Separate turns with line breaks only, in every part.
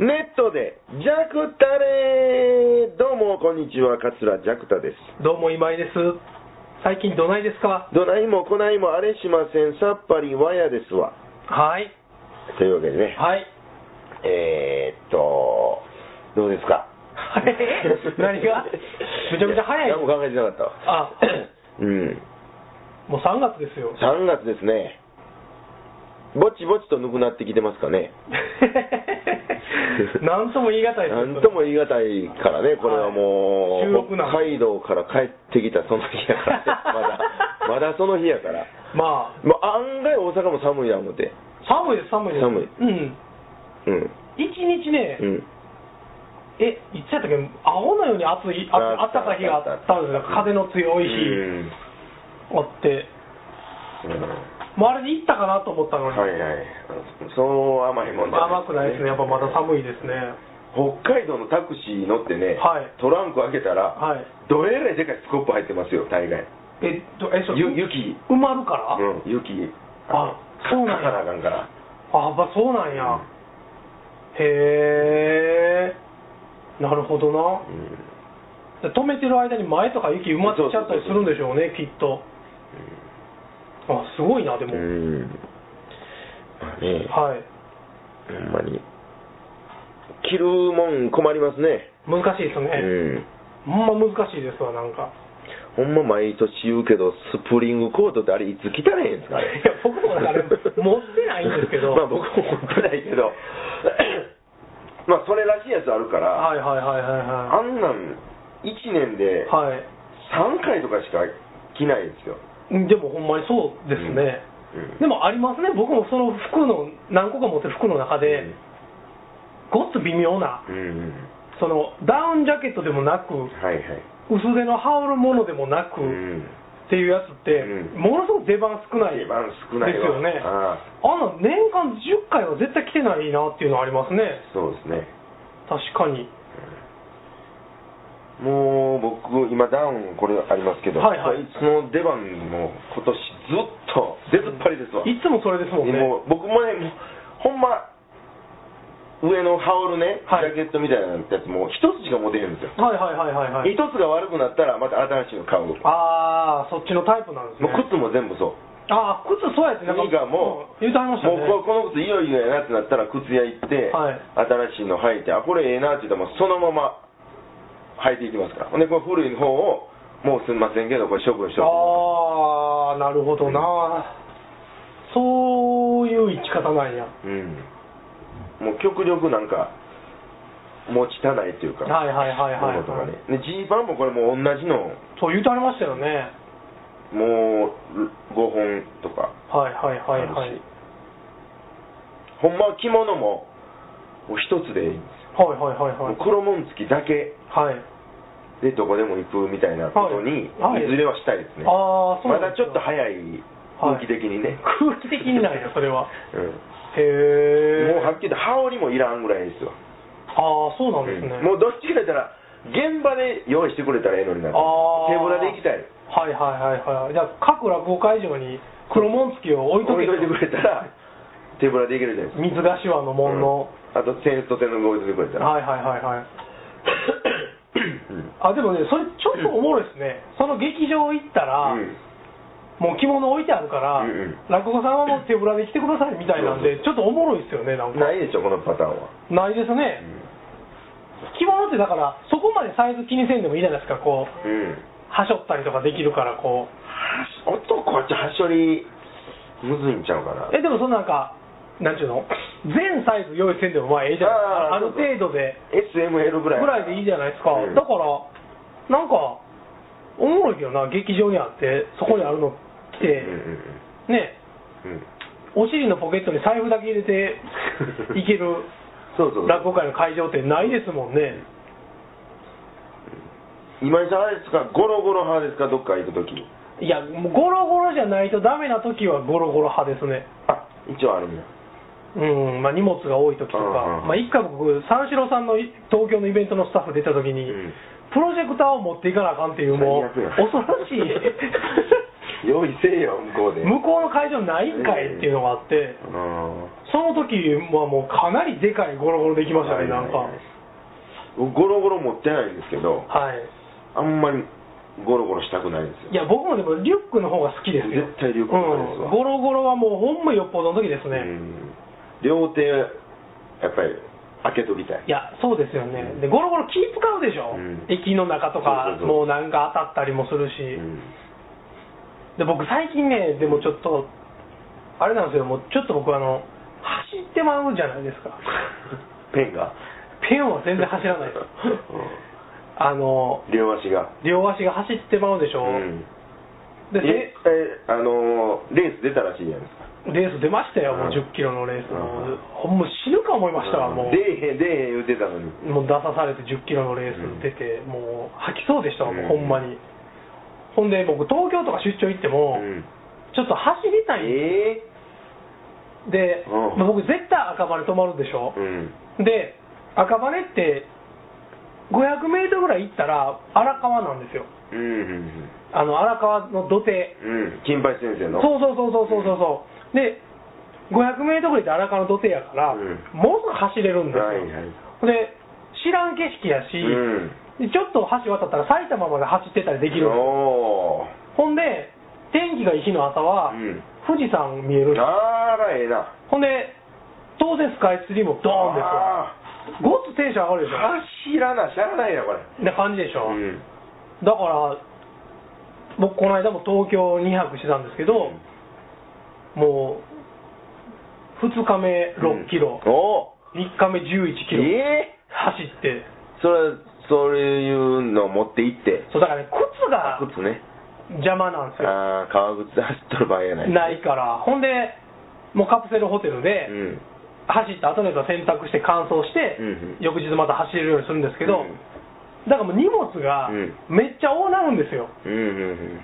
ネットで、ジャクタレーどうも、こんにちは、桂ジャクタです。
どうも今井です。最近どないですか
どないもこないもあれしません、さっぱりわやですわ。
はい。
というわけでね、
はい。
えーっと、どうですか
あれ何がめちゃめちゃ早い
や何も考えてなかったわ。
あ、
うん。
もう3月です よ。
3月ですね。ぼちぼちとぬくなってきてますかね。
なんとも言い難いです。
なんとも言い難いからね、これはも
はい中
う、
国なん
北海道から帰ってきたその日やから、まだ、まだその日やから。
まあ、
もう案外大阪も寒いや思って。
寒いです、寒いです。
寒い
うん。
うん。
一日ね、
うん。
え、いつやったっけ、青のように暑い、
あ
あったかい日があったんですよ。風の強い日
うん
あって、
うん
もうあれで行ったかなと思ったのに、
はいはい。そう甘いもんじゃ
甘くないですね、やっぱまだ寒いですね。
北海道のタクシー乗ってね、
はい
トランク開けたら、
はい。
どえらいでかいスコップ入ってますよ、大概。
え、どえ、そう
ゆ雪。
埋まるから、
うん、雪。
あそうな
か
んや
かなあかんから。
あ、やっぱそうなんや。
うん
へえ。なるほどな。
うん
で止めてる間に前とか雪埋まっちゃったりするんでしょうね、きっと。あ、すごいな、でも。
うん。まあね、
はい。
ほんまに。着るもん困りますね。
難しいです
う
ね。
ん。
ほんま難しいですわ、なんか。
ほんま毎年言うけど、スプリングコートってあれいつ着たらええんですかね
いや僕もあれ持ってないんですけど
まあ僕も持ってないけ ど、まあそれらしいやつあるから、
はいはいはいはい
あ
は
んなん1年で
い。はい。
3回とかしか着ないんですよ。
うんでもほんまにそうですね。
うん
でもありますね、僕もその服の、何個か持ってる服の中で、ごっつ微妙な、
うん、うん
そのダウンジャケットでもなく、
はいはい。
薄手の羽織るものでもなく、
う
っ
ん。
ていうやつって、
うん
ものすごく出番少ない
定番少ないわ
ですよね
ああ
あの年間10回は絶対来てないなっていうのありますね
そうですね。
確かに
もう僕、今ダウンこれありますけど、
はいはい
その出番も今年ずっと出ずっぱりですわ。
いつもそれですもんね
もう僕もね、もうほんま、上の羽織るね、
は
ジ
い
ャケットみたいなやつも、一つしか持てへんんですよ。
はいはいはいはいは
一
い
つが悪くなったら、また新しいの買う。もう
ああそっちのタイプなんですね
靴も全部そう。
ああ靴そうやってなんか
いいがも
うん言うてはりましたね
もうここの靴いよいよやなってなったら靴屋行って、
はい
新しいの履いてあこれええなって言ったらもうそのまま履いていきますからほんでこの古い方をもうすみませんけどこれ処分しとく
ああなるほどな、そういう生き方なんや
うんもう極力なんか持ちたないというか
はいはいはいはい
ものとかねでジーパンもこれもう同じの
そう言うてはりましたよね
もう5本とか
はいはいはいは
あ
い
るしほんまは着物ももう一つでいいんです
はいはいはい
よ、
は
も
い
う黒紋付きだけ
はい、
でどこでも行くみたいなことに、
は
い
いはい
ずれはしたいですね、
ああそう
ま
な
だ
ん
ち
です
ょ
よ
っと早い空気的にね、
空気的にないよそれ はへ
うん、
え
もうはっきり言って羽織もいらんぐらいですよ、
ああそうなんです
う
ね、
んもうどっちか言ったら現場で用意してくれたらええのになって
あー
手ぶらで行きたい
はいはいはいはいじゃあ各落語会場に黒紋付きを置いと
置
け
いといてくれたら 手ぶらで行けるじゃないですか
水頭の門の、
あとセンスとセンス置いといてくれたら、
はいはいはいはい
うん
あでもねそれちょっとおもろいですね、その劇場行ったら、
うん
もう着物置いてあるから、
うんうん
落語さんはもう手ぶらで来てくださいみたいなんでちょっとおもろいですよねなんか
ないでしょこのパターンは、
ないです
う
ね、
ん
着物ってだからそこまでサイズ気にせんでもいいじゃないですかこ
う
う
ん
はしょったりとかできるからこう
男はちょっとはしょりむずいんちゃうかな
えでもそのなんかなんちゅうの全サイズ用意せんでもまあええじゃ
あー
ないですかある程度で
SML ぐらい
ぐらいでいいじゃないですか、
うん
だからなんかおもろいけどな劇場にあってそこにあるの来て、
うんうん
ね
うんうん
お尻のポケットに財布だけ入れて いける
そうそう
落語会の会場ってないですもんね
今井さんあれですかゴロゴロ派ですかどっか行く時
いやもうゴロゴロじゃないとダメな時はゴロゴロ派ですね
あ一応あるんだ
うんまあ、荷物が多い時とか、
うんうん
まあ、一回僕、三四郎さんのい東京のイベントのスタッフ出た時に、
うん
プロジェクターを持っていかなあかんっていう、もう、
最悪や
恐ろしい、
用意せえよ向 こうで
向こうの会場ないんかいっていうのがあって、
うん
その時はもうかなりでかいゴロゴロできましたね、なんか。
はいはいはい僕ゴロゴロ持ってないんですけど
はい。
あんまりゴロゴロしたくないんですよ
いや、僕もでもリュックの方が好きですよ。
絶対リュックの方がいいですわ
うんゴロゴロはもうほんまよっぽどの時です
う
ね。
ん両手やっぱり開けときたい
いや、そうですよね。で、ゴロゴロ気使うでしょ。
うん
駅の中とか、
そうそうそう
もうなんか当たったりもするし。
うん
で僕最近ねでもちょっとあれなんですよもうちょっと僕あの走ってまうじゃないですか
ペンが
ペンは全然走ら ないあの
うん両足が
両足が走ってまうでしょ、
うん
で
ええあのーレース出たらしいじゃないですか
レース出ましたよ、もう
うん
1 0キロのレースの、
うん
ほんま死ぬか思いましたわ、もう
出えへん出えへん言うてたのに
もう出さされて1 0キロのレース出て、もう吐きそうでしたわ、もうほんまに、
うん
ほんで僕東京とか出張行っても、
うん
ちょっと走りたいん
え
で、
うん
まあ僕絶対赤羽止まるでしょ、
えうん
で赤羽って500メートルぐらい行ったら荒川なんですよ
うんうん
あの荒川の土手
うんうん金八先生
そ
の
うそうそうそうそうそうそうで500メートルぐらいって荒川の土手やから、
うん
もうすぐ走れるんですよ、
はいはい
で知らん景色やし、
うん
でちょっと橋渡ったら埼玉まで走ってたりできるんです
お
ほんで天気がいい日の朝は、
ーうん
富士山見えるんです
あらええな
ほんで当然スカイツリーもドーンですよ
あ
ごっつテンション上がるでしょ
ー走らなしゃあないなこれ
な感じでしょ、
うん
だから僕この間も東京2泊してたんですけど、もう2日目6キロ、
うんお
3日目11キ
ー
ロ、
ええ
走って
それそういうの持って行って
そうだからね靴が
靴ね
邪魔なんですよ
ああ革靴で走っとる場合やない
ないからほんでもうカプセルホテルで
うんうん
走った後のやつは洗濯して乾燥して、
うんうん
翌日また走れるようにするんですけ
う
ど、
ん
だからもう荷物が
うん
めっちゃ多なるんですよ
うん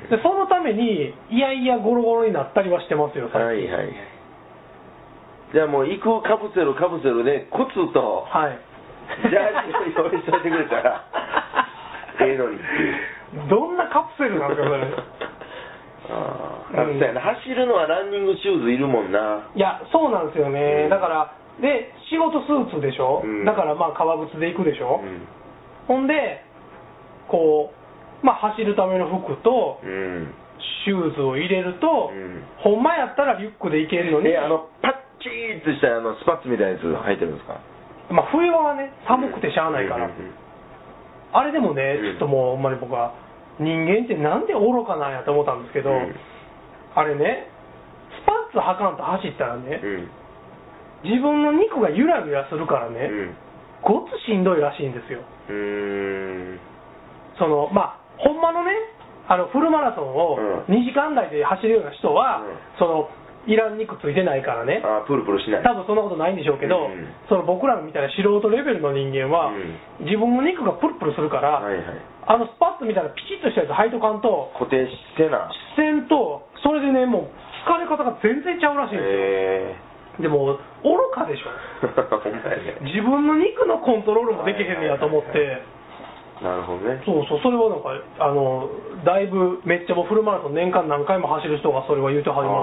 うん
でそのためにいやいやゴロゴロになったりはしてますよ
うんは
最
い
近
はいじゃあもう行くカプセルカプセルで靴と
はい。
ジャージを用意しといてくれた らええのにっていう
どんなカプセ ルなんですか、それ。
あ
う
あ、
ん
そうやな走るのはランニングシューズいるもんない
や、そうなんですよ
う
ね。
ん
だから、で、仕事スーツでしょ、
うん
だからまあ、革靴で行くでしょ、
うん
ほんで、こう、まあ、走るための服と、
うん
シューズを入れると、
うん
ほんまやったらリュックで行けるのに
え、あのパッチーってしたあのスパッツみたいなやつ履いてるんですか
まあ、冬はね、寒くてしゃあないから、
うんうんうん
あれでもね、
うん
ちょっともう、ほんまに僕は、人間ってなんで愚かなんやと思ったんですけど、
うん
あれね、スパッツ履かんと走ったらね、
うん
自分の肉がゆらゆらするからね、
うん
ごつしんどいらしいんですよ。
うーん
そのまあ、ほんまのね、あのフルマラソンを
う
2時間台で走るような人
う
は、
ん
そのいらん肉ついてないからね、
あープルプルしない
多分そんなことないんでしょうけ
う
ど、
ん
その僕らみたいな素人レベルの人間は、
うん
自分の肉がプルプルするから、
はいはい
あのスパッツみたいなピチッとしたやつ履いとかんと、
固定してな
視線と、それでね、もう疲れ方が全然ちゃうらしいんで
え
すよ。でも愚かでしょ
ーほんまや ね
自分の肉のコントロールもできへんねやと思っ
はいはい
て、
なるほどね
そうそう、それはなんか、あのだいぶめっちゃもうフルマラソン、年間何回も走る人がそれは言うてはりま
あ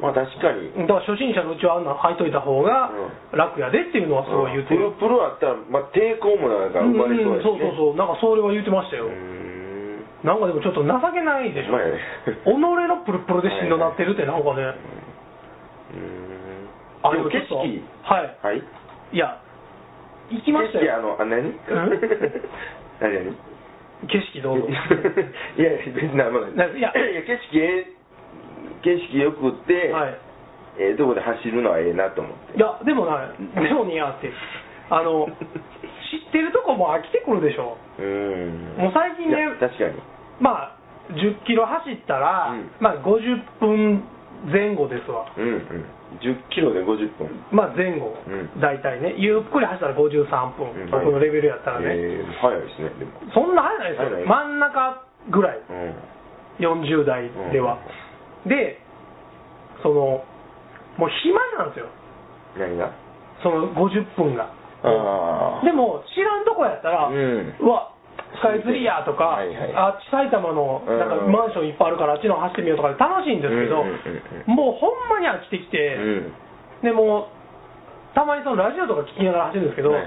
ーまあ確かに
したよ、だから初心者のうちはあんなん履いといた方が楽やでっていうのはすごい言うて
プル
る、
プルあったら、まあ、抵抗もなんか
うん
生まれそうやし、ね、
そうそうそう、なんかそれは言うてましたよ、
うーん
なんかでもちょっと情けないでしょ、
まあね
己のプルプルでしんどなってるって、なんかね、
うーん
あ
でも
ち
景
ょっと
色
はい、
はい
いや、行きました
景色
よ、
あのあ何何何
景色どうぞ。
いやいや別に何もない
ないや
いや景色ええ景色よくって、
はい
ええとこで走るのはええなと思って
いや、でもな、でもにやって、あの、知ってるとこも飽きてくるでしょ。
うーん
もう最近ね
いや確かに
まあ、10キロ走ったら、
うん
まあ、50分前後ですわ。
うんうん10キロで50分
まあ、前後、
うん
大体ね。ゆっくり走ったら53分、
うん
僕のレベルやったらね。
ええ早いですねでも
そんな速ないですよ。
速い
真ん中ぐらい、
うん
40代では。で、その、もう暇なんですよ。
何が
その50分が。
ああ
でも知らんとこやったら、
う
うんわスカイツリーやとか、
はいはい
あっち埼玉のなんか
うん
マンションいっぱいあるからあっちの走ってみようとかで楽しいんですけど、
うんうんうん
もうほんまに飽きてきて、
うん
でもうたまにそのラジオとか聞きながら走るんですけど、
はいは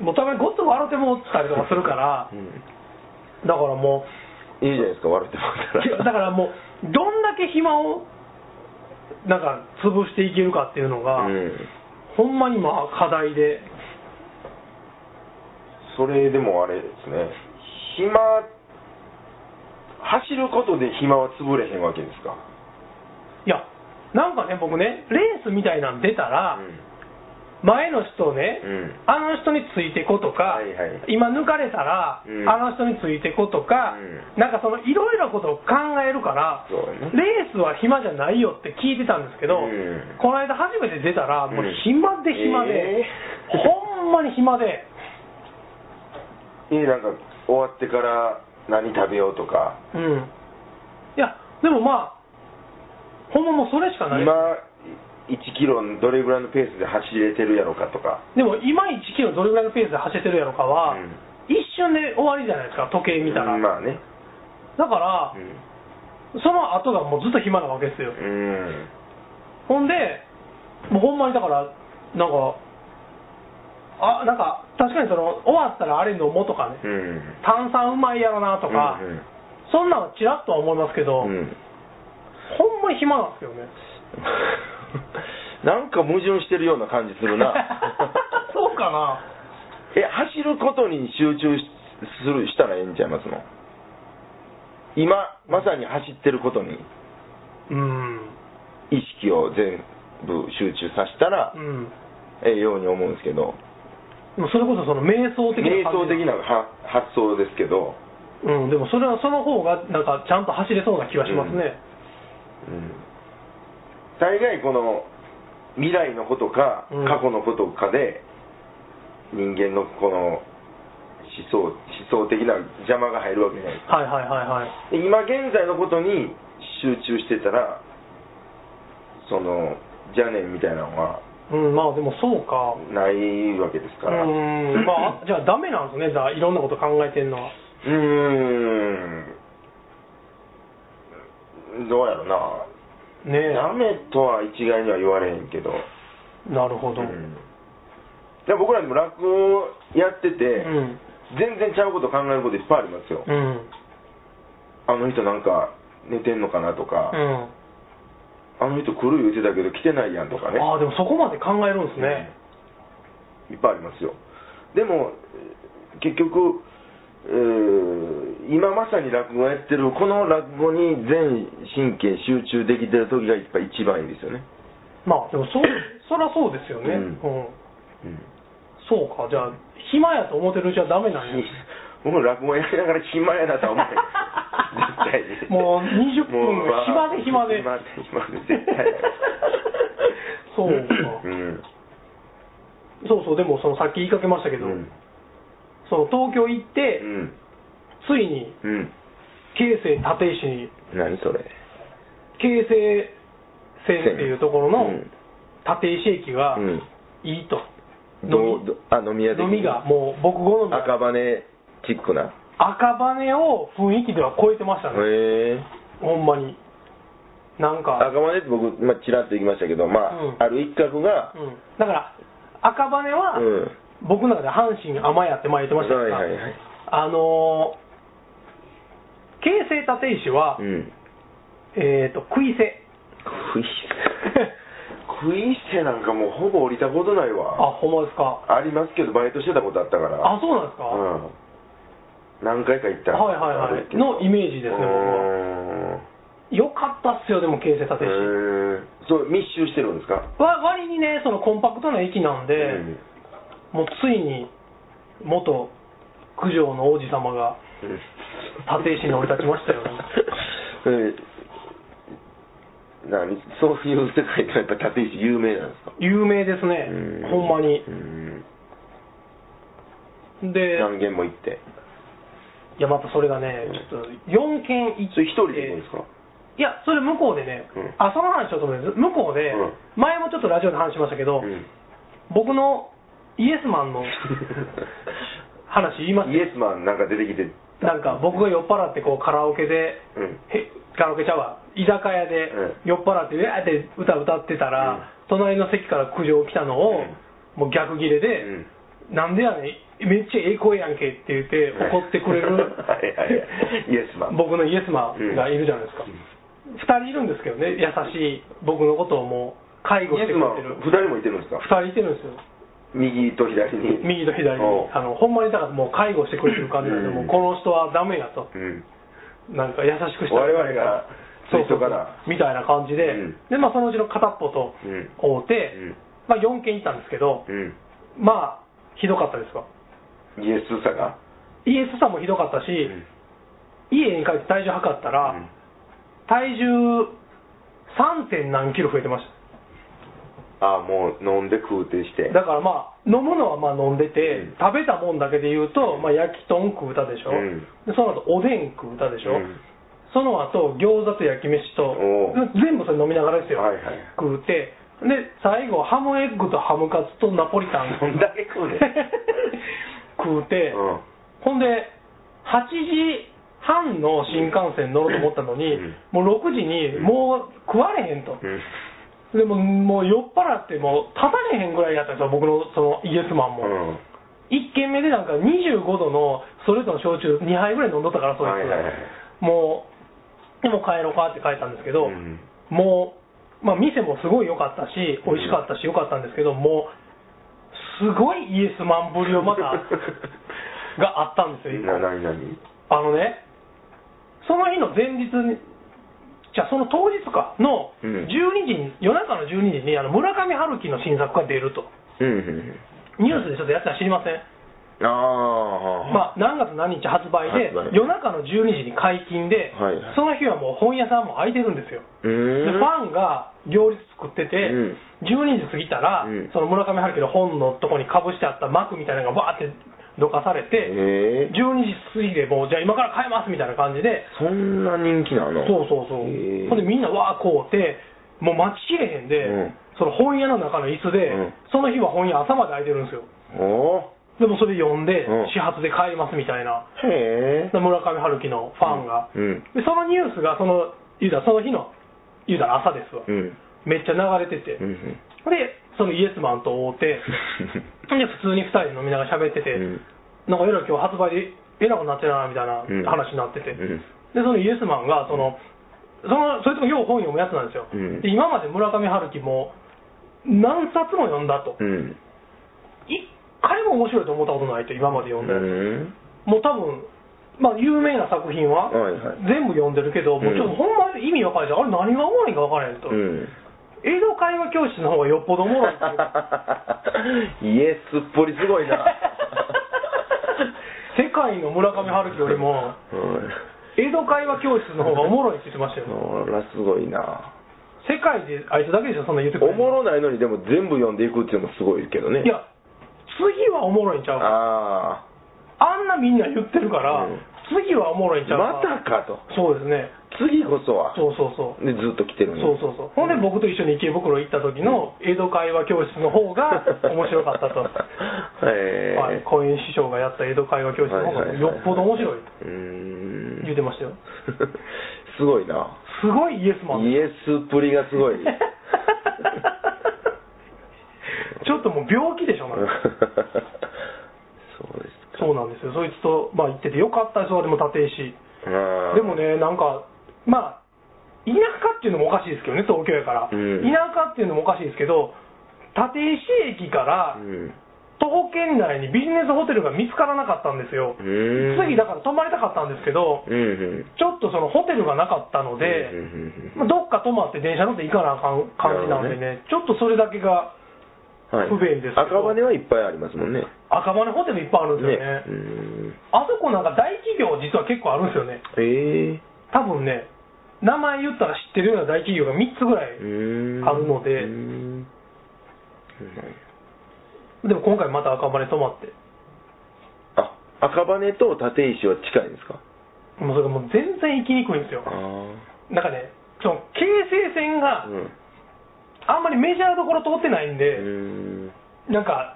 い
もうたまにごっつ笑ってもうたりとかするから
うん
だからもう
いいじゃないですか笑ってもら
け
ったら
だからもうどんだけ暇をなんか潰していけるかっていうのが、
うん
ほんまにまあ課題で
それでもあれですね暇走ることで暇は潰れへんわけですか
いやなんかね僕ねレースみたいなん出たら、前の人をね、
うん
あの人についてこうと
は
か、
いはい
今抜かれたら、
うん
あの人についてこうとか、
うん
なんかそのいろいろなことを考えるから、
そうやね
レースは暇じゃないよって聞いてたんですけど、
うん
この間初めて出たら、もう
うん
暇で暇
え
で、
ー
ほんまに暇で、
えなんか終わってから何食べようとか
うん、いや、でもまあ、ほんまもうそれしかない。
今1キロどれぐらいのペースで走れてるやろかとか
でも今1キロどれぐらいのペースで走ってるやろかは、
うん
一瞬で終わりじゃないですか時計見たら、
うんまあね
だから、その後がもうずっと暇なわけですよ、
うん、うん
ほんでもうほんまにだからなんかあなんか確かにその終わったらあれ飲もうとかね、
うん
炭酸うまいやろなとか、
うんうん
そんなのちらっとは思いますけ
う
ど、
ん
ほんまに暇なんですよね
なんか矛盾してるような感じするな
そうかな
え走ることに集中しするしたらええんちゃいますの今まさに走ってることに
うん
意識を全部集中させたら
うん
ええように思うんですけど
でもそれこそその瞑想的
瞑
な
想
感じ
的なは発想ですけど、
うん、でもそれはその方がなんかちゃんと走れそうな気がしますね、
うん、大概この未来のことか
うん
過去のことかで人間のこの思想思想的な邪魔が入るわけじゃないですか
はいはいはいはい
で今現在のことに集中してたらその邪念みたいなのは
うんまあでもそうか
ないわけですから
うーんまあじゃあダメなんですねじゃあいろんなこと考えてんのは
うーんどうやろな
ねえ
ダメとは一概には言われへんけど
なるほど、
うんで僕らでも落語やってて、
うん
全然ちゃうこと考えることいっぱいありますよ、
うん
あの人なんか寝てんのかなとか、
うん
あの人来る言ってたけど来てないやんとかね
ああでもそこまで考えるんですね、
いっぱいありますよでもえー結局、えー今まさに落語やってるこの落語に全神経集中できてる時がやっぱ一番いいんですよね、
まあでもそうそりゃそうですよ
う
ね、うんん
うん
そうかじゃあ暇やと思ってるうちはダメな んや
僕落語やりながら暇やなとは思って絶対に
もう20分
もう
暇で暇で
暇で暇で絶対
そうか、
うん
そうそうでもそのさっき言いかけましたけど、
うん
その東京行って、
うん
ついに
うん
京成立石に
何それ
京成線っていうところ
う
の
ん
立石駅が
うん
いいと、
ど
飲
うどあ飲み屋
み
で
飲みがもう僕好み
赤羽チックな
赤羽を雰囲気では超えてましたね
へえ
ほんまになんか、
赤羽って僕、まあ、ちらっと行きましたけど、まあ
うん
ある一角が
う、ん、だから赤羽は、
うん
僕の中で阪神甘屋って前言ってました
はい
が、
はいはい
あのー京成立石は、
うん
えっ、と杭瀬
食い せ食いせなんかもうほぼ降りたことないわ
あほんまですか
ありますけどバイトしてたことあったから
あそうなんですか、
うん何回か行った
はいはいはい
あるけど
のイメージですね僕はよかったっすよでも京成立
うーん
石
へーそう密集してるんですか
わ割にねそのコンパクトな駅なんで、
うん
もうついに元九条の王子様が立石に降り立ちましたよね
うん何そういう世界がやっぱ立石有名なんですか
有名ですね
う
ほんまに
うん
で
何軒も行って
いやまたそれがねちょっと4軒行って
それ一人で行くんですか
いやそれ向こうでね、
うん
あその話ちょっとね向こうで、
うん
前もちょっとラジオで話しましたけど、
うん
僕のイエスマン の話言います
イエスマンなんか出てきてた
なんか僕が酔っ払ってこうカラオケで、
うん
へカラオケちゃうわ居酒屋で酔っ払ってうわーって歌歌ってたら、
うん
隣の席から苦情来たのを、もう逆ギレで、
うん
なんでやねんめっちゃええ声やんけって言って怒ってくれ
はい
る
はいはいイエスマン
僕のイエスマンがいるじゃないですか、2人いるんですけどね優しい僕のことをもう介護
イ
し
エ
て
ス
く
マ
れ
ン
てる
二人もいてるんですか
2人いてるんですよ
右と左に
右と左に
おう
あのほんまにだからもう介護してくれてる感じなんで、
うん
もうこの人はダメやと
うん
なんか優しくして
我々が
そ
最
うそう
初から
みたいな感じで、
うん
でまあ、そのうちの片っぽと
うん
会うて、まあ、4軒行ったんですけど、
うん
まあひどかったですわ
うんイエスさが
イエスさんもひどかった
う
し、
ん
家に帰って体重測った
う
ら、
ん
体重 3. 点何キロ増えてまし
ああもう飲んで空挺して
ただからまあ飲むのはまあ飲んでて、
うん
食べたもんだけで言うと、まあ、焼きとん食うたでしょ、
うん
でその後おでん食うたでしょ、
うん
その後餃子と焼き飯と
おう
全部それ飲みながらですよ、
はいはい
食うてで最後ハムエッグとハムカツとナポリタン
ど んだけ食うねん
食うて、
うん
ほんで8時半の新幹線乗ろうと思ったのに、
うん
もう6時にもう食われへんと、
うん
でももう酔っ払ってもう立たれへんぐらいやったんですよ僕のそのイエスマンも、
うん
1軒目でなんか25度のストレートの焼酎2杯ぐらい飲んどったからそう
はいはいはい
もうでも帰ろうかって帰ったんですけど、
うん
もう、まあ、店もすごい良かったし美味しかったし良かったんですけどもうすごいイエスマンぶりを またがあったんですよ一個
な何何
あのねその日の前日にじゃあその当日かの
うん
12時に、夜中の12時にあの村上春樹の新作が出ると
うんうん
ニュースでちょっとやってたら知りません
うんああ
まあ、何月何日発売で
発売
夜中の12時に解禁で、
はい
その日はもう本屋さんも開いてるんですよ、
う
で
ん
ファンが行列作ってて、
うん
12時過ぎたら、
うん
その村上春樹の本のとこにかぶしてあった幕みたいなのがわーってどかされて、
ええ
12時過ぎでもうじゃあ今から買えますみたいな感じで
そんな人気なの
そうそうそう、
へえ
ほんでみんなわーこうてもう待ちきれへんで、
うん
その本屋の中の椅子で、
うん
その日は本屋朝まで開いてるんですよ
お
でもそれ読んで、
うん
始発で帰りますみたいな
ーへえ
村上春樹のファンが、
うん
でそのニュースがその言うたらその日の言うたら朝ですわ、
うん
めっちゃ流れてて、
うんうん
でそのイエスマンと会うてで普通に2人で飲みながら喋ってて、
うん
なんかえらい今日発売でえらくなってるなみたいな
うん
話になってて、
うん
でそのイエスマンがそのそのそれともよう本読むやつなんですよ、
うん
で今まで村上春樹も何冊も読んだと、
うん
一回も面白いと思ったことないと今まで読んだやつ、
うん
もう多分まあ有名な作品は
はいはい
全部読んでるけど、もうちょっと
うん
ほんまに意味わかんないしあれ何がおもろいんかわからへん
う
と、
ん
映像会話教室の方がよっぽどおもろいってい
イ
う
エスっぽりすごいな
世界の村上春樹よりも
うん
映像会話教室の方がおもろいって言ってましたよ
そらすごいな
世界であいつだけでしょそんな言ってく
お
れるの
もろないのにでも全部読んでいくっていうのもすごいけどね
いや次はおもろいんちゃうか
あ
あんなみんな言ってるから、
うん
次はおもろいんちゃ
あ
う
ま
か
たかと
そうですね
次こそは
そうそうそう
でずっと来てるの
そうそうそうほんで僕と一緒に池袋行った時の江戸会話教室の方 が面白かったと、
へえ
はい、小円師匠がやった江戸会話教室の方がよっぽど面白いと
うーん
言ってましたよ
すごいな
すごいイエスマン
イエスっぷりがすごい
ちょっともう病気で しょなんか
そうですか
そうなんですよそいつと、まあ、行っててよかったですわでも立石
あー
でもねなんかまあ田舎っていうのもおかしいですけどね東京やから、
うん
田舎っていうのもおかしいですけど立石駅から、
うん
徒歩圏内にビジネスホテルが見つからなかったんですよ、
うん
次だから泊まりたかったんですけど、
うんうん
ちょっとそのホテルがなかったので、
うんうんうん
まあどっか泊まって電車乗って行かなあかん感じなんでね、ちょっとそれだけが
はい
不便ですけど
赤羽はいっぱいありますもんね
赤羽ホテルいっぱいあるんですよね、
うん
あそこなんか大企業、実は結構あるんですよね、
ええ
多分ね、名前言ったら知ってるような大企業が3つぐらい、
あ
あるのででも今回また赤羽泊まって、
あ赤羽と立石は近いんですか
もうそれがもう全然行きにくいんですよ、
あ
なんかね、その京成線が
うん
あんまりメジャーどころ通ってないんで。
うん
なんか、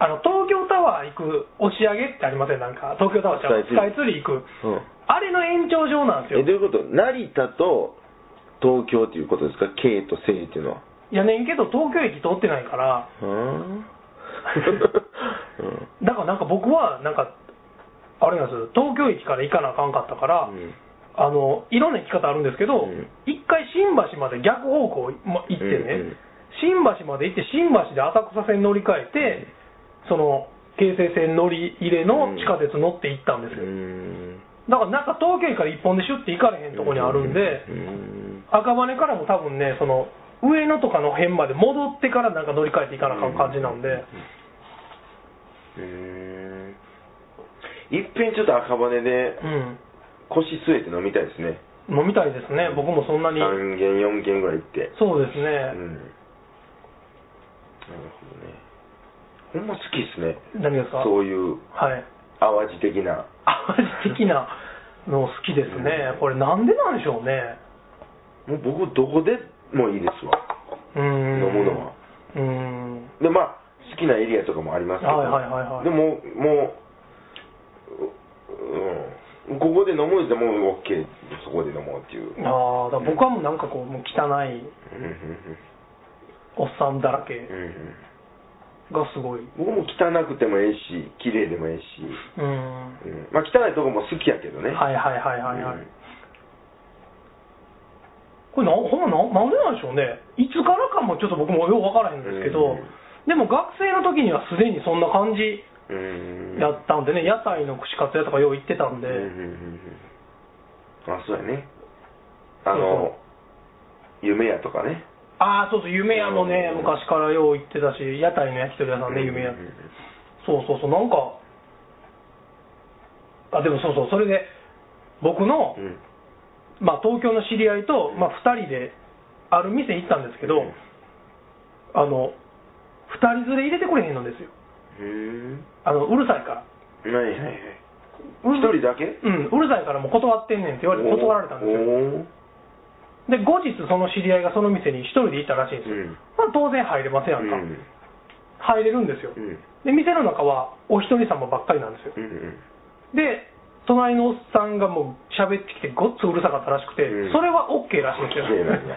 あの東京タワー行く押し上げってありませんなんか東京タワーちゃう
ス
ス
カ
カ
イ
イ
ツ
ツ
リ
リー行く、
うん
あれの延長上なんです
え
よ
どういうこと成田と東京ということですか K と C っていうのは
やねんけど東京駅通ってないから
ふーんうん
だからなんか僕はなんかあれなんですよ東京駅から行かなあかんかったから、
うん
あのいろんな行き方あるんですけ
う
ど
ん
一、回新橋まで逆方向ま行って
うんう
ね
ん、
新橋まで行って新橋で浅草線乗り換えて、その京成線乗り入れの地下鉄乗って行ったんですよ、
うん
だからなんか東京駅から一本でシュッて行かれへんとこにあるんで、
うん
赤羽からも多分ねその上野とかの辺まで戻ってからなんか乗り換えていかなあかん感じなんで、
うんいっぺんちょっと赤羽で
うん
腰据えて飲みたいですね
飲みたいですね僕もそんなに
3軒4軒ぐらい行って
そうです
うん
ね、
なるほどねほんま好きですね
何ですか
そういう
はい
淡路的な
淡路的なの好きですね、これなんでなんでしょうね
もう僕どこでもいいですわ
うーん
飲むのは
うーん
でまあ好きなエリアとかもありますけど、
はいはいはいはい
でももう、ううん、ここで飲むんでもう OK そこで飲もうっていう
ああだから僕はもうなんかこうもう汚い
うん
おっさんだらけ
うんうんうん
がすごいう
僕も汚くてもええし綺麗でもええし、
ーん
うん、まあ汚いとこも好きやけどね
はいはいはいはいはい、
うん
これなほんまななんでなんでしょうねいつからかもちょっと僕もよう分からへんですけど、
うん
でも学生の時にはすでにそんな感じ
うん
やったんでね、屋台の串カツ屋とかよう行ってたんで、
うんうんうんうんあそうやねあの夢やとかね
ああそうそう夢屋もね、
うん
昔からよう行ってたし屋台の焼き鳥屋さんね、夢屋、
うんうんうん
そうそうそうなんかあでもそうそうそれで僕の、
うん
まあ、東京の知り合いと、まあ、2人である店行ったんですけど、
うん
あの2人連れ入れてくれへんのですよ
うん
あのうるさい
は
から
いはいはい
うん
一人だけ
うんうるさいからもう断ってんねんって言われて断られたんで
よ
すよで後日その知り合いがその店に一人で行ったらしいんです
うん
よ、まあ、当然入れませんやん
う
か、
ん
入れるんです
う
よ、
ん
で店の中はお一人様ばっかりなんですよ
うんうん
で隣のおっさんがもう喋ってきてごっつうるさかったらしくて、
うん
それは OK らしいんですよ
綺麗なんや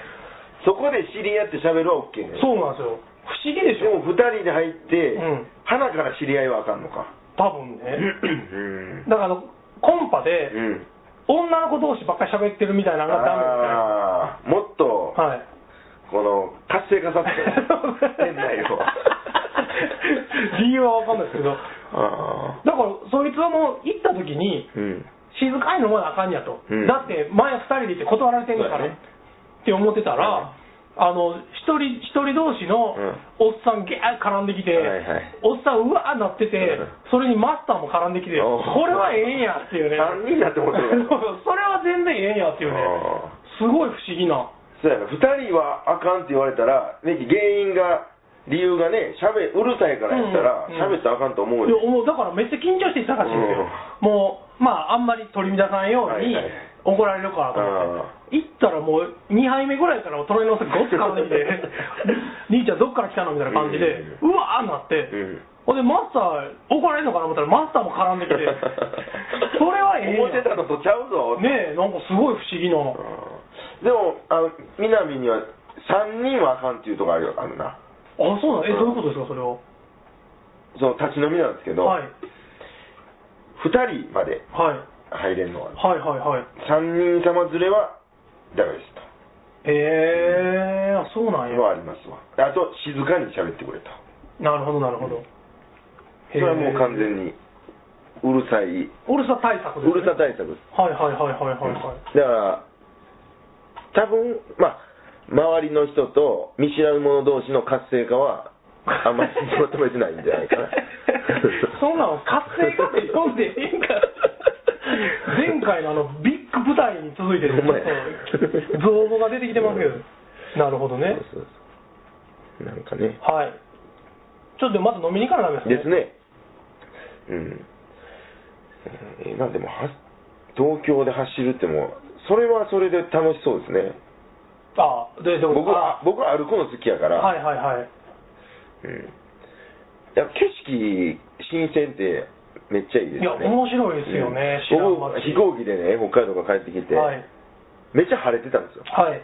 そこで知り合って喋るは OK ね
そうなんですよ不思議でし
で
ょ
も二人で入って、
うん
花から知り合いはあかんのか
多分ね
うん
だからあのコンパで
うん
女の子同士ばっかり喋ってるみたいなのがダメみたい
あーもっと、
なはい
この活性化させて店内を
理由は分かんないですけどだ
あ
からそいつはもう行った時に
ーうん
静かに飲まなあかんやと、
うん
だって前2人で行って断られてんだか
そう
ら、
やね
って思ってたら、あの一人一人同士の
うん
おっさん、ギャー絡んできて、
はいはい
おっさん、うわーなってて、
うん
それにマスターも絡んできて、
おー
これはええんやっていうね、
三人だって思ってる
それは全然ええんやっていうね
あー、
すごい不思議な、
そうやな2人はあかんって言われたら、ね、原因が理由がねしゃべうるさいからやったら
うんうん
喋ったらあかんと思う
いや
よ、
もうだからめっちゃ緊張していたらしいんですよ、もう、まあ、あんまり取り乱さんように
はいはい
怒られるからと思って。行ったらもう2杯目ぐらいから隣の人ごっつ絡んでき て兄ちゃんどっから来たのみたいな感じでうわーなって
うん
ほんでマスター怒られるのかなと思ったらマスターも絡ん できてそれはええ
思って
や
たのとちゃうぞ
んねえなんかすごい不思議な
うんでもあの南には3人はあかんっていうとこあるよあるな
あそうなのえどういうことですかそれは
その立ち飲みなんですけど、
はい
2人まで
は
入
い
れるのは
はいはいはい
3人様連れはダメですと
へえあそう
そ
なん
れ
や
はありますわあと静かに喋ってくれと
なるほどなるほど
それはもう完
に
全にうるさい
オルサ対策です
う
ね
るさ対策です
はいはいはいはいはいはい
だから多分まあ周りの人と見知らぬ者同士の活性化はあんまり求めてないんじゃないかな
そんなの活性化って読んでええんか前回のあのビッグ舞台に続いてる
ほんまや
造語が出てきてますけど、
うん
なるほどね
そうそうそうなんかね
はいちょっとまず飲みに行かなダメで
ですす
ね
ねうんえーまあでもは東京で走るってもそれはそれで楽しそうですね
あででも
僕は
あ
僕は歩くの好きやから、
はいはいはい
うんや景色新鮮ってめっちゃいいですね
いや面白いですよね知らん
僕
街
飛行機でね北海道から帰ってきて、
はい
めっちゃ晴れてたんですよ
はい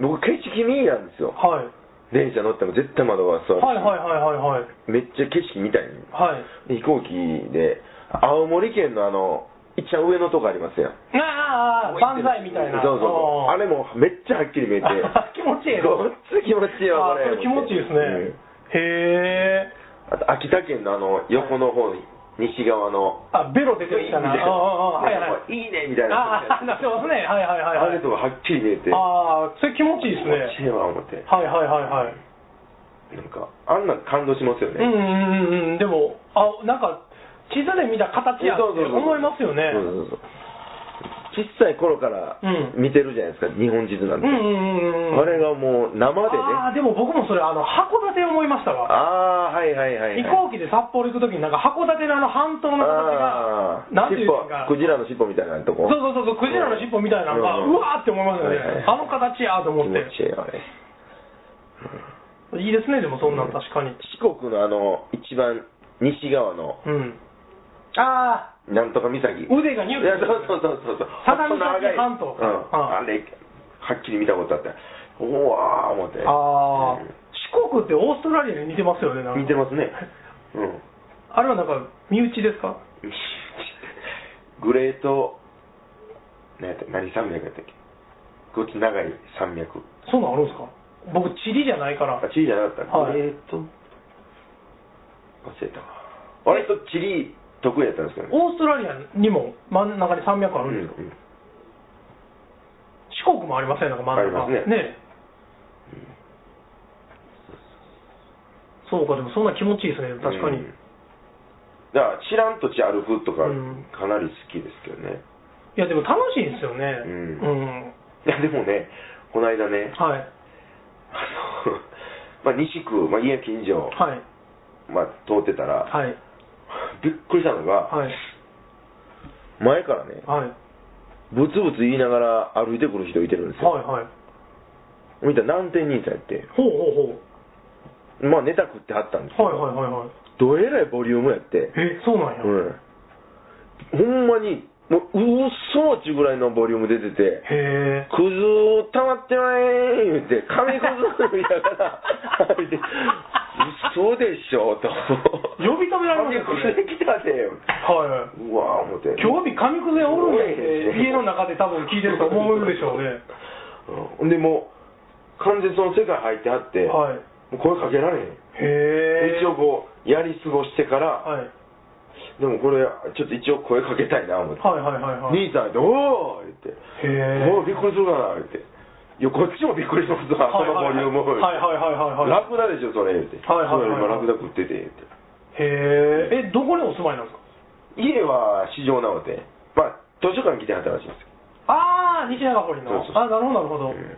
僕景色見いなんですよ
はい
電車乗っても絶対窓は座る、
はいはいはいはい
めっちゃ景色見たいの
はい
飛行機で青森県のあの一番上のとこありますやん
ああ万歳みたいな
そうそうそうあ
ー
れもめっちゃはっきり見えて
気持ちいい
ごっつ気持ちいいわこ
あーそ
れ
れ気持ちいいですね、
うん
へえ
あと秋田県のあの横の方に西側の
あベロ出てきたなあーあーあーはいはい
いいねみたいな
ああなってますねはいはいはい
あ
は
れ
い
とかはっきり見えて
ああそれ気持ちいいです
気持ちいい
ね
わ思って
はいはいはいはい
なんかあんなん感動しますよ
うん
ね
うんうんうんでもあなんか地図で見た形やって
そうそうそう
思いますよね
そうそうそう小さい頃から
うん
見てるじゃないですか日本地図なん
う
て
んうんうんうん
あれがもう生でね
ああでも僕もそれあの函館思いましたわ
ああはいはいはいはい
飛行機で札幌行く時になんか函館のあの半島の形が
ああ
なんていうんです
ー
か
尻尾クジラの尻尾みたいなと
そ
こ
うそうそうそうクジラの尻尾みたいなのが
うん
うわーって思いますよね
はいはい
あの形やと
気持
思って
ちいいあれ
いいですねでもそんなん確かに
四国のあの一番西側の
うんああ
なんとか岬
腕がニュッ
いやそうそうそうそうそう
相
ほ
模
んと長い
岬半島
うん
うん
あれはっきり見たことあっておわー思って
ああ、
うん
四国ってオーストラリアに似てますよねなんか
似てますねうん
あれはなんか身内ですか
グレート何やった何山脈やったっけこっち長い山脈
そんなんあるんですか僕地理じゃないから
あチリじゃなかった、
はい
グレート忘れた割とチリ得意やったんですけどね
オーストラリアにも真ん中に山脈あ
う
るん
ん
ですよ、
うん
四国もありませんなんか真ん中
ありますね
そうかでもそんな気持ちいいですね確かに、
うんだから知らん土地歩くとか
うん
かなり好きですけどね、
いやでも楽しいですよね
う
うん
いやでもねこの間ねあ
はい
の、 まあ、西区、まあ、家近所、
はい
まあ、通ってたら、
はい
びっくりしたのが、
はい
前からね
はいはい
ブツブツ言いながら歩いてくる人いてるんですよ、
はい
見たら南天兄さんやって
ほうほう
まあネタ食ってはったんです
ほう
よ、
はいはいはいはい
どえらいボリュームやって
えそうなんや、
うん、ほんまにもううっそーっちゅうぐらいのボリューム出てて
へえ
クズ溜まってまえん言って紙くず見ながら歩いて嘘でしょと
呼び止められま
紙
す
く
よ
ずできたで
はいはいう
わー思って
興味紙くず屋おるんやって家の中で多分聞いてると思うでしょうね
うんほんでもう完全にその世界入ってあって、
はい
もう声かけられへん、
へえ
一応こうやり過ごしてから、
はい
でもこれちょっと一応声かけたいな思って、
はいはいはいはい
兄さんどう言って
へえ
もうびっくりするかな言っていやこっちもびっくりしますわこのボリューム
はいはいはいはいはいはい
ラクダでしょそれ言って
はいはいはいは
そ
い
れ今ラクダ食ってて言って
へええどこにお住まいなんですか
家は市場なのでまあ図書館来てはったらしいんです
ああ西長堀の
そうそうそう
あなるほどなるほど、
よ、うん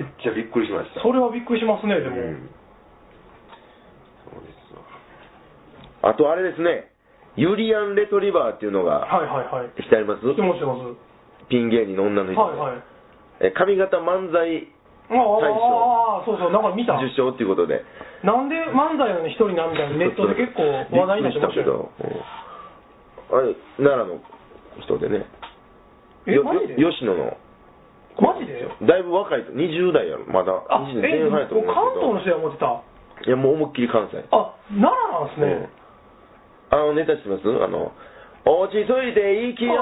めっちゃびっくりしました
それはびっくりしますねでも、
うんそうですわあとあれですねユリアン・レトリバーっていうのが
はいはいはい
してあります
気持ちます
ピン芸人の女の人
はいはい
え髪型漫才
あああそうそうなんか見た
受賞っていうことで
なんで漫才なのに一人なんみたいなネットで結構話題になってましたよ
びっくりしたけど、うんあれ奈良の人でね
え
よ
マジで
よ吉野の
マジで
だいぶ若いと20代やろまだ
あ
20代
え
前半
も
や
う
と思う
関東の人や思ってたあ
けどいやもう思いっきり関西
奈良なんですね、
うんあのネタしてますあの落ち着いていきよ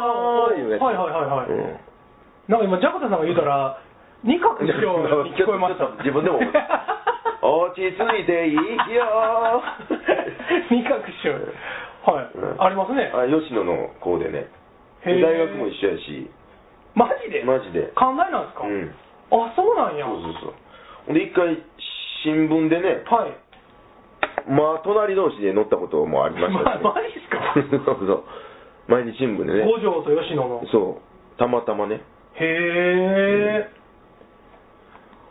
ーいうやつ
はいはいはいはい
うん
なんか今ジャクタさんが言うたら二角師匠 に聞こえました
自分でも思った 落ち着いていきよー
二角師匠はい、
うん
ありますね
あ吉野の子でね
へー
大学も一緒やし
マジで
マジで
寛大なんです
う
か、
ん
あそうなんや
そうそうそうほんで一回新聞でね
はい
まあ隣同士で乗ったこともありましたね
まマジっすか
そうそう毎日新聞でね
五条と吉野の
そうたまたまね
へえ、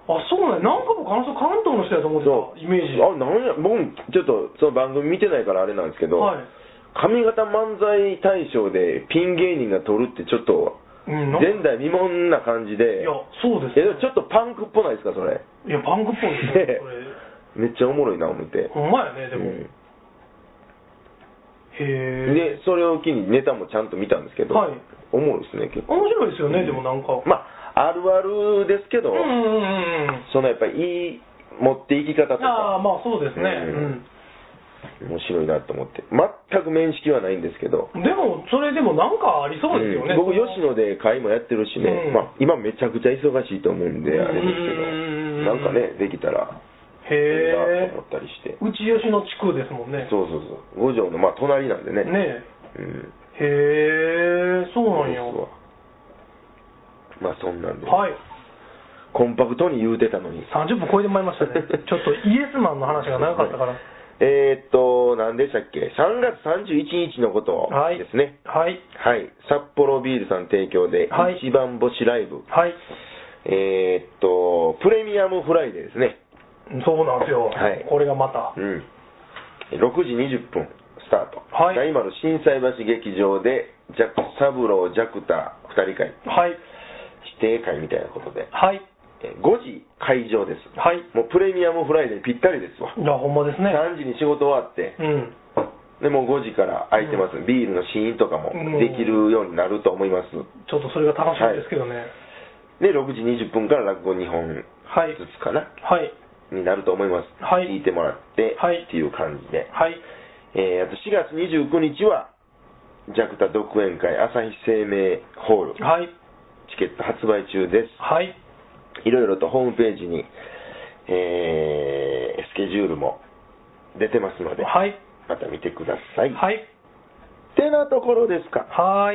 あそうなんやなんか僕あの人関東の人やと思っ
そ
て
う
たイメージ
あなんや僕もちょっとその番組見てないからあれなんですけど、
はい
髪型漫才大賞でピン芸人が取るってちょっと
うんなんか
前代未聞な感じで
いやそうです
いやでもちょっとパンクっぽないですかそれ
いやパンクっぽいですねそれ
めっちゃおもろいな思って、
ほんまやねでも、
うん
へえ
でそれを機にネタもちゃんと見たんですけど、
はい
おもろいですね結構
面白いですよね、でもなんか
まああるあるですけど、
うんうんうんうん
そのやっぱりいい持っていき方と
ああ
か
まあそうですね、
面白いなと思って全く面識はないんですけど
うん、でもそれでもなんかありそうですよね、
うん僕吉野で会もやってるしね、
うん
まあ、今めちゃくちゃ忙しいと思うんであれですけど
うんうんうんうん
なんかねできたらいいな
へえ
と思ったりして
うち吉野地区ですもんね
そうそうそう五条のまあ隣なんでね
ね
うん
えへえそうなんや
ですわまあそんなんで、
はい
コンパクトに言うてたのに
30分超えてまいりました ねちょっとイエスマンの話が長かったから
はいえーっと何でしたっけ3月31日のこと
はい
ですね
はい
はい、札幌ビールさん提供で
はい
一番星ライブ、
はい
えーっとプレミアムフライデーですね
そうなんですよ、
はい
これがまた、
うん6時20分スタート、
はい
大丸心斎橋劇場でジャックサブロージャクター2人会
はい
指定会みたいなことで
はい
えー5時会場です
はい
もうプレミアムフライデーぴったりですわ
いやほんまですね
3時に仕事終わって
うん
でもう5時から空いてます、ビールの試飲とかも
うん
できるようになると思います
ちょっとそれが楽しみですけどね
で6時20分から落語2本ず
はい
つかな
はい
になると思います、
はい
聞いてもらって、
はい
っていう感じで、
はい
えー、あと4月29日はジャクタ独演会朝日生命ホール
はい
チケット発売中です
はい
いろいろとホームページに、えースケジュールも出てますので、
はい
また見てください。
はい
ってなところですか。
はーい